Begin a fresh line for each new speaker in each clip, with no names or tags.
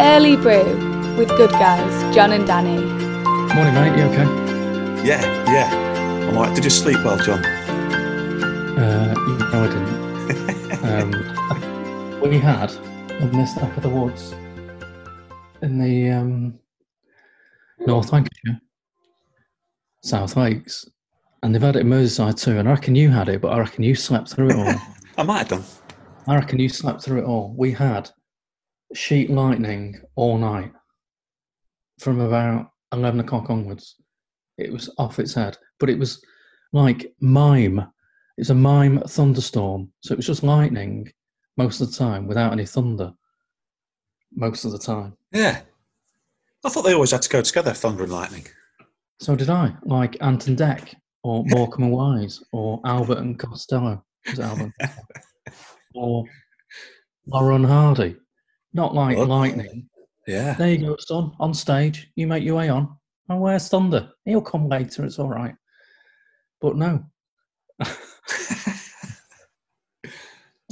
Early Brew with good guys, John and Danny.
Morning, mate. You okay?
Yeah, yeah. I'm like, did you sleep well, John?
Uh, you- no, I didn't. um, we had on this neck of the woods in the um, North Lancashire, South Lakes, and they've had it in Merseyside too. And I reckon you had it, but I reckon you slept through it all.
I might have done.
I reckon you slept through it all. We had sheet lightning all night from about 11 o'clock onwards. It was off its head, but it was like mime. It's a mime thunderstorm. So it was just lightning most of the time without any thunder most of the time.
Yeah. I thought they always had to go together, thunder and lightning.
So did I, like Anton Deck or Morecambe and Wise or Albert and Costello. Was it Albert? and Costello? or Lauren Hardy. Not like
What?
lightning.
Yeah.
There you go, son. On stage, you make your way on. And where's Thunder? He'll come later. It's all right. But no.
So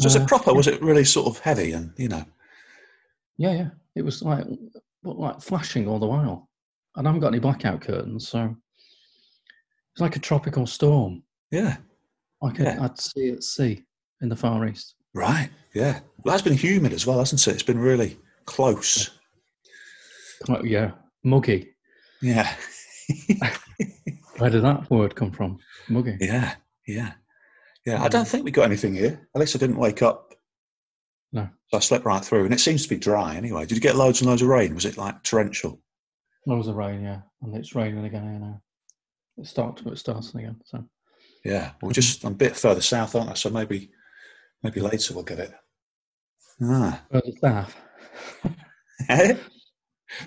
was
Uh,
it proper? Was it really sort of heavy and, you know?
Yeah, yeah. It was like, but like flashing all the while. And I haven't got any blackout curtains, so it's like a tropical storm.
Yeah.
Like a,
Yeah.
I'd see at sea in the Far East.
Right. Yeah. Well, that's been humid as well, hasn't it? It's been really close.
Quite, yeah, muggy.
Yeah.
Where did that word come from? Muggy.
Yeah. Yeah. Yeah. I don't think we got anything here. At least I didn't wake up.
No.
So I slept right through and it seems to be dry anyway. Did you get loads and loads of rain? Was it like torrential?
Loads of rain, yeah. And it's raining again here now. It starts, but it starts again. So
Yeah. Well, just I'm a bit further south, aren't I? So maybe maybe later we'll get it. Ah.
further south.
Eh?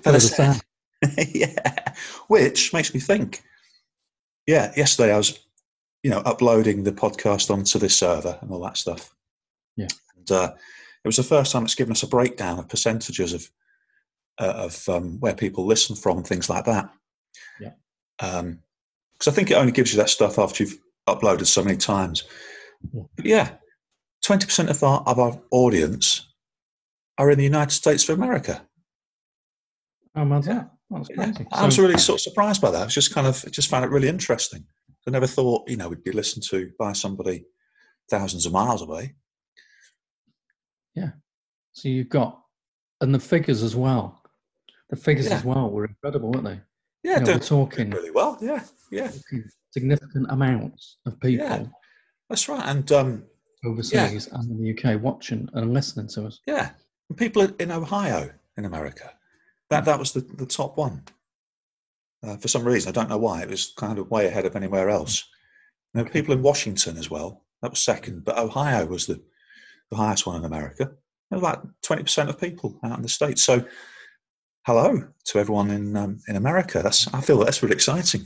Further
south.
south.
yeah. Which makes me think. Yeah, yesterday I was, you know, uploading the podcast onto this server and all that stuff.
Yeah.
And uh, it was the first time it's given us a breakdown of percentages of uh, of um, where people listen from and things like that.
Yeah.
Because I think it only gives you that stuff after you've uploaded so many times.
Yeah.
But yeah, twenty percent of our of our audience are in the United States of America.
How mad's Oh, that? That's
Yeah,
crazy.
I was
So-
really sort of surprised by that. I was just kind of just found it really interesting. I never thought, you know, we'd be listened to by somebody thousands of miles away.
So you've got, and the figures as well. The figures
Yeah.
as well were incredible, weren't they? You know,
Yeah,
we're
doing
talking
really well. Yeah, yeah,
significant amounts of people
Yeah. that's right. And um,
overseas and in the UK watching and listening to us.
yeah, and people in Ohio in America. That that was the, the top one. Uh, for some reason, I don't know why. It was kind of way ahead of anywhere else. There were people in Washington as well. That was second, but Ohio was the, the highest one in America. There were about twenty percent of people out in the states. So, hello to everyone in um, in America. That's I feel that's really exciting.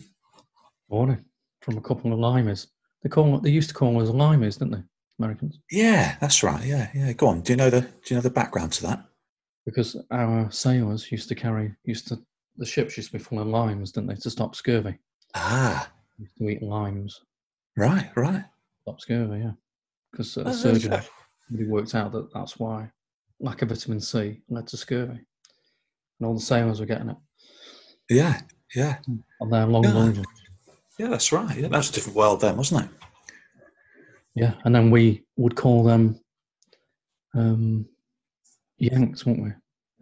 Morning from a couple of limers. They call they used to call us limers, didn't they, Americans?
Yeah, that's right. Yeah, yeah. Go on. Do you know the Do you know the background to that?
Because our sailors used to carry used to the ships used to be full of limes, didn't they, to stop scurvy?
Ah,
Used to eat limes,
right, right.
stop scurvy, yeah. uh, Because
Oh,
a
that's
surgeon
right.
really worked out that that's why lack of vitamin C led to scurvy, and all the sailors were getting it.
Yeah, yeah,
on their long
Yeah.
voyages.
yeah. That's right. Yeah, that was a different world then, wasn't it?
Yeah, and then we would call them um, Yanks, wouldn't we,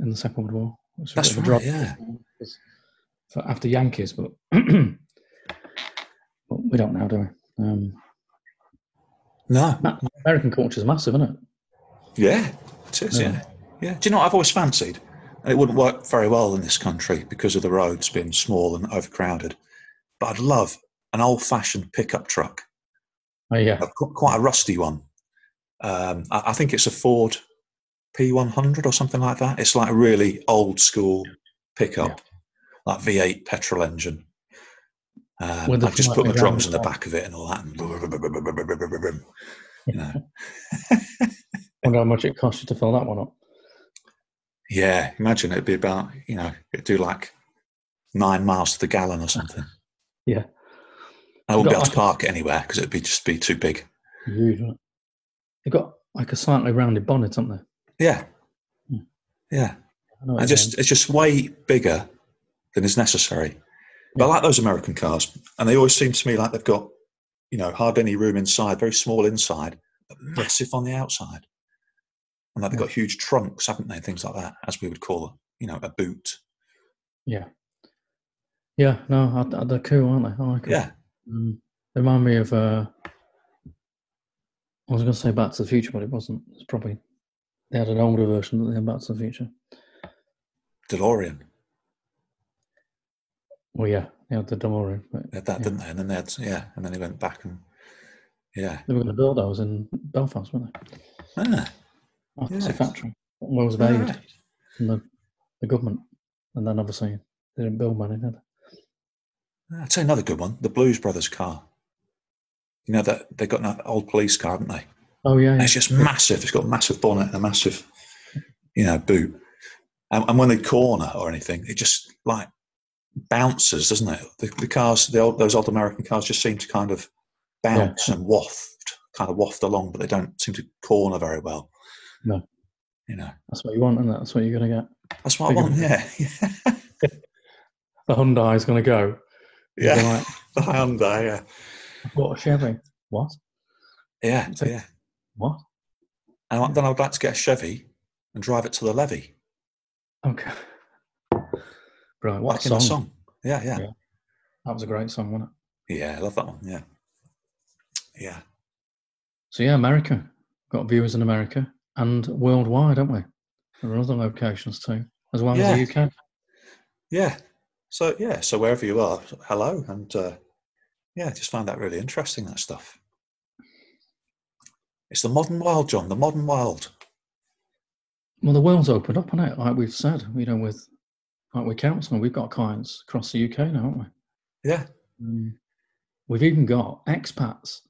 in the Second World War? It was a
That's
bit of a
right,
drop
yeah.
for after Yankees, but but we don't now, do we? Um,
No.
ma- American culture is massive, isn't it?
Yeah, it is.
Yeah.
Yeah. yeah. Do you know what I've always fancied? And it wouldn't work very well in this country because of the roads being small and overcrowded. But I'd love an old-fashioned pickup truck,
Oh yeah,
a- qu- quite a rusty one. Um, I, I think it's a Ford P100 or something like that. It's like a really old-school pickup, like V8 petrol engine. Um,
With the
I've just
flat
put my
around
drums
the
in the
top.
back of it and all that. And you know.
wonder how much it cost you to fill that one up.
Yeah, imagine it'd be about, you know, it'd do like nine miles to the gallon or something.
Yeah.
I wouldn't be
Got
able to
like-
park it anywhere because it'd be just be too big.
Huge, isn't it? They've got like a slightly rounded bonnet, haven't they?
Yeah.
Hmm.
Yeah.
know what
I
you
just
mean.
it's just way bigger than is necessary. But I like those American cars, and they always seem to me like they've got, you know, hardly any room inside, very small inside, but massive on the outside, and like they've got huge trunks, haven't they? and Things like that, as we would call, a, you know, a boot.
yeah, yeah. No, I- I- they're cool, aren't they? Oh, I like 'em.
Yeah,
Mm. They remind me of. Uh, I was going to say Back to the Future, but it wasn't. It's probably they had an older version that they had Back to the Future.
DeLorean.
Well, yeah, they had the DeLorean. But
They had that,
Yeah.
didn't they? And then they had yeah, and then they went back and yeah,
they were going to build those in Belfast, weren't they?
ah,
After
Yes.
the factory, what was
all
valued
right.
from the, the government, and then obviously they didn't build many. Did they?
I'd say another good one, the Blues Brothers car. You know that they've got an old police car, haven't they?
Oh yeah,
And
yeah.
it's just massive. It's got a massive bonnet and a massive, you know, boot. And, and when they corner or anything, it just like bounces, doesn't it? The, the cars, the old, those old American cars, just seem to kind of bounce and waft, kind of waft along, but they don't seem to corner very well.
No.
you know,
that's what you want, and that's what you're going to get.
that's what I
Bigger
want. Yeah,
The Hyundai is going to go. You'll be
yeah,
Like,
the Hyundai. Yeah,
I bought a Chevy. What?
yeah,
So-
yeah.
What?
And I- then I'd like to get a Chevy and drive it to the levee.
Okay. Right. What
That's
song?
our song. Yeah, yeah,
Yeah. That was a great song, wasn't it?
yeah. I love that one. Yeah, yeah.
So yeah, America got viewers in America and worldwide, haven't we? There are other locations too, as well as the UK.
Yeah. So yeah, so wherever you are, hello, and uh, yeah, just find that really interesting that stuff. It's the modern world, John. The modern world.
Well, the world's opened up, hasn't it? Like we've said, you know, with like we're counselling, we've got clients across the UK now, haven't we?
Yeah,
Um, we've even got expats,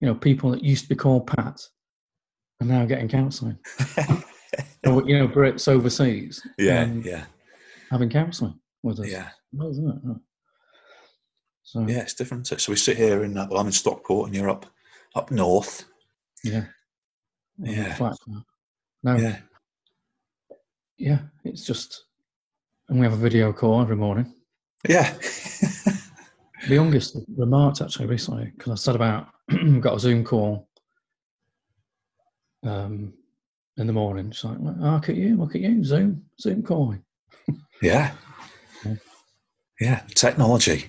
you know, people that used to be called Pat are now getting counselling. So, you know, Brits overseas
yeah,
Um,
yeah,
having counselling with us.
yeah,
Well, isn't it? Yeah. So
yeah. It's different. So we sit here in uh, well, I'm in Stockport, and you're up up north.
yeah, I'm
Yeah.
flat for that. No, yeah.
Yeah,
it's just, and we have a video call every morning.
yeah,
The youngest remarked actually recently because I said about got a Zoom call um, in the morning. She's like, "Well, "Look at you, look at you, Zoom, Zoom calling."
yeah, yeah. Technology.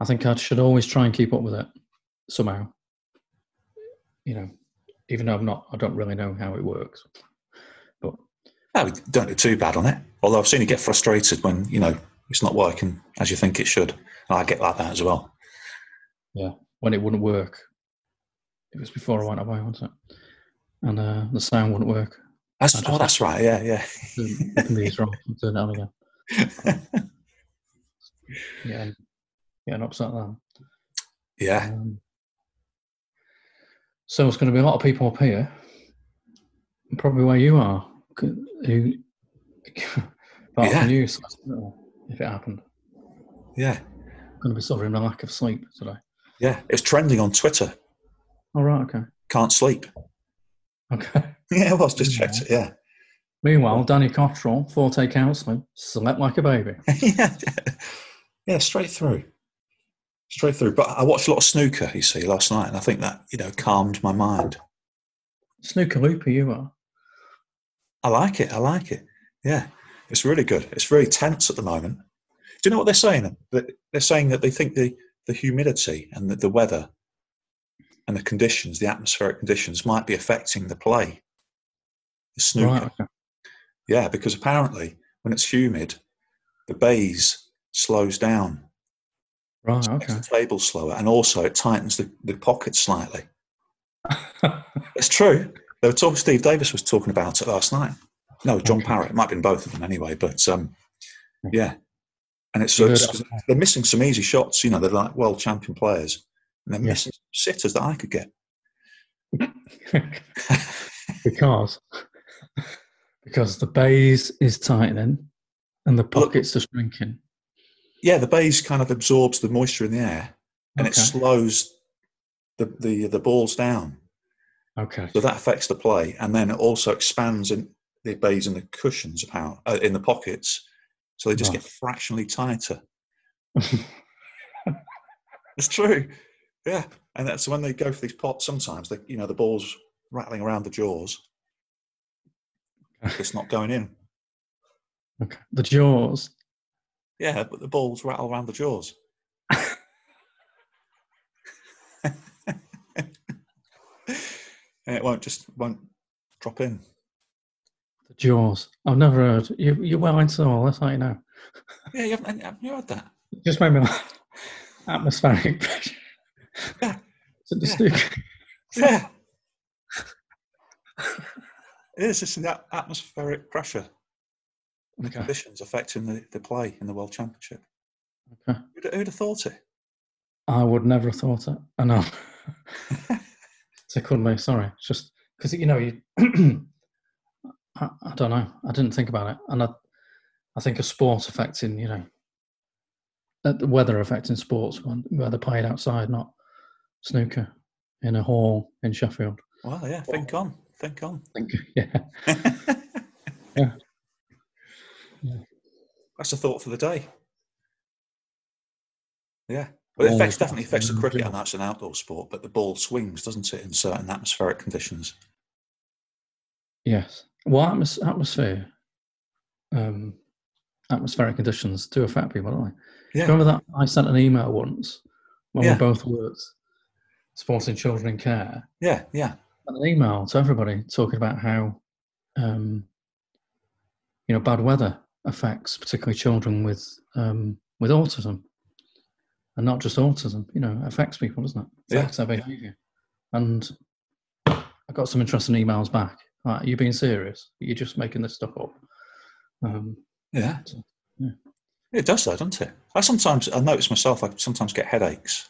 I think I should always try and keep up with it somehow. You know, even though I'm not, I don't really know how it works.
Oh, don't do too bad on it. Although I've seen you get frustrated when you know it's not working as you think it should. And I get like that as well.
when it wouldn't work. It was before I went away, wasn't it? And uh, the sound wouldn't work. I
That's,
just-
oh, that's right. Yeah, yeah.
The computer's wrong. I'll Turn it on again. Yeah, and getting upset then.
yeah,
Um, so it's going to be a lot of people up here, and probably where you are, c- who apart
Yeah.
from you, so I don't know if it happened,
yeah,
going to be suffering a lack of sleep today.
yeah. It's trending on Twitter.
All right, okay,
Can't sleep.
okay.
Yeah, well, I was just checked it. Yeah,
Meanwhile, Danny Cottrell, Forte Counselling, slept like a baby.
yeah, yeah. Straight through, straight through. But I watched a lot of snooker. You see, last night, and I think that you know calmed my mind.
Snooker loopy, you are.
I like it. I like it. Yeah, it's really good. It's very tense at the moment. Do you know what they're saying? That- They're saying that they think the, the humidity and the, the weather and the conditions, the atmospheric conditions, might be affecting the play, the snooker.
Right, okay.
Yeah, because apparently when it's humid, the bays slows down,
Right,
so it makes
Oh, okay.
the table slower, and also it tightens the, the pocket slightly. It's true. They were talking. Steve Davis was talking about it last night. No, John
Okay.
Parrott. It might have been both of them anyway. But um, yeah, and it's,
You heard
it's-
it.
they're missing some easy shots. You know, they're like world champion players, and they're
Yeah.
missing sitters that I could get.
because because the base is tightening and the pockets are shrinking.
Yeah, the base kind of absorbs the moisture in the air, and it
Okay.
slows the, the the balls down.
Okay.
So that affects the play, and then it also expands in, the bays and the cushions out uh, in the pockets, so they just
Right.
get fractionally tighter. It's true, yeah. And that's when they go for these pots. Sometimes they, you know, the ball's rattling around the jaws. It's not going in.
okay. The jaws.
Yeah, but the balls rattle around the jaws. and it won't just won't drop in.
The jaws. I've never heard. You, you're well into all this, aren't you now?
Yeah, you haven't, haven't you heard that?
Just made me laugh. Atmospheric pressure.
Yeah.
It's a
Yeah.
distinct-
Yeah. it is. It's the at- atmospheric pressure
Okay.
conditions affecting the, the play in the World Championship.
Okay.
Who'd, who'd have thought it?
I would never have thought it. I know. Secondly, sorry. It's just because, you know, you, I, I don't know. I didn't think about it. And I, I think a sport affecting, you know, uh, the weather affecting sports when, where they're played outside, not snooker in a hall in Sheffield.
Well, yeah. Think on. Think on.
Think, yeah. Yeah.
That's a thought for the day. Yeah. Well, it
Ball
affects,
is
definitely affects the
bouncing
cricket,
around.
and that's an outdoor sport, but the ball swings, doesn't it, in certain atmospheric conditions?
Yes. Well, atmos- atmosphere, um, atmospheric conditions do affect people, don't they?
Yeah.
Remember that I sent an email once when
Yeah.
we both worked supporting children in care.
Yeah, yeah.
Sent an email to everybody talking about how, um, you know, bad weather affects particularly children with um, with autism, and not just autism. You know, affects people, doesn't it?
Yeah.
Affects their behaviour. And I got some interesting emails back. Like, Are you being serious? You're just making this stuff up. Um,
Yeah.
Yeah.
It does though, doesn't it? I sometimes I notice myself I sometimes get headaches.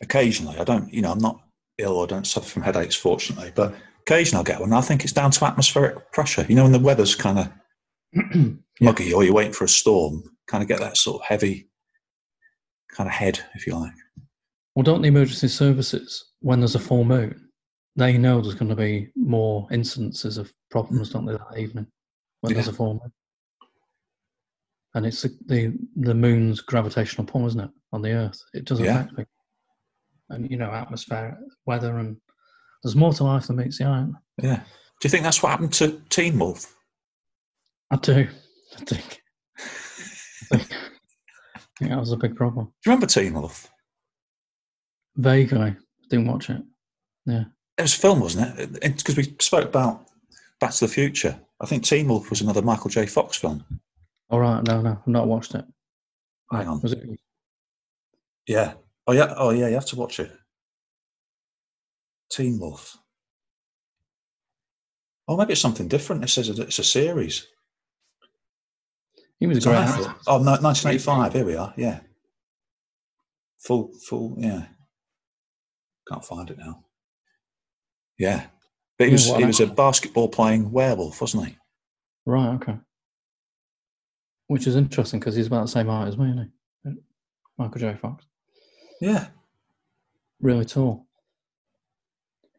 Occasionally. I don't you know, I'm not ill or don't suffer from headaches fortunately, but occasionally I'll get one. I think it's down to atmospheric pressure. You know, when the weather's kinda
Yeah.
muggy or you're waiting for a storm, kinda get that sort of heavy kind of head, if you like.
Well, don't the emergency services, when there's a full moon, they know there's going to be more incidences of problems, don't they, that evening when there's a full moon? And it's the, the the moon's gravitational pull, isn't it, on the Earth? It does
Yeah.
affect me. And you know, atmosphere, weather, and there's more to life than meets the eye.
Yeah. Do you think that's what happened to Teen Wolf?
I do, I think. I think I think that was a big problem.
Do you remember Teen Wolf?
Vaguely, didn't watch it.
It was a film, wasn't it? Because we spoke about Back to the Future. I think Teen Wolf was another Michael J. Fox film.
All right, no, no, I've not watched it.
Hang on.
Was it
Yeah. Oh yeah. Oh yeah. You have to watch it. Teen Wolf. Oh, maybe it's something different. It says it- it's a series.
He was a
So
great
I
actor.
thought- oh, no, 1985. Here we are. Yeah. Full, full. Yeah. Can't find it now. Yeah, but he
Yeah,
was
what
he
an
was a
actor.
basketball playing werewolf, wasn't he?
Right, okay. Which is interesting because he's about the same height as me, isn't he? Michael J. Fox.
Yeah.
Really tall.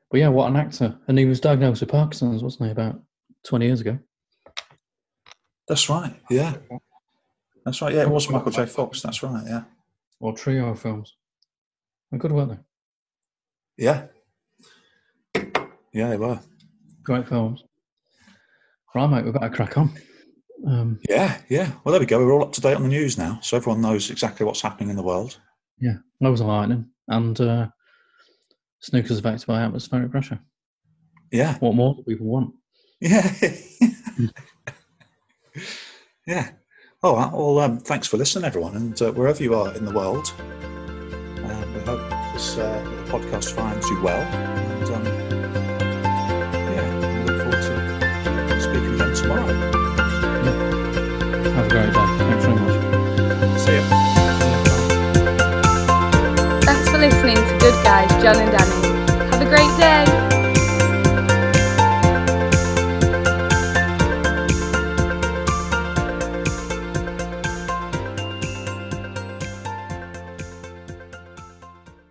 But yeah, what an actor. And he was diagnosed with Parkinson's, wasn't he, about 20 years ago?
That's right. Yeah. That's right. Yeah, it was Michael J. Fox. That's right. Yeah.
Or trio of films. And good, weren't they?
Yeah. Yeah, they were.
Great films. Right, mate, we better crack on. Um,
Yeah, yeah. Well, there we go. We're all up to date on the news now, so everyone knows exactly what's happening in the world.
yeah, loads of lightning. And uh, snooker's affected by atmospheric pressure.
Yeah,
What more do people want?
yeah, yeah. All right. Well, um, thanks for listening, everyone, and uh, wherever you are in the world, uh, we hope this uh, podcast finds you well. And um, yeah, we look forward to speaking again tomorrow.
Have a great day. Thanks very much.
See you.
Thanks for listening to Good Guys, John and Danny.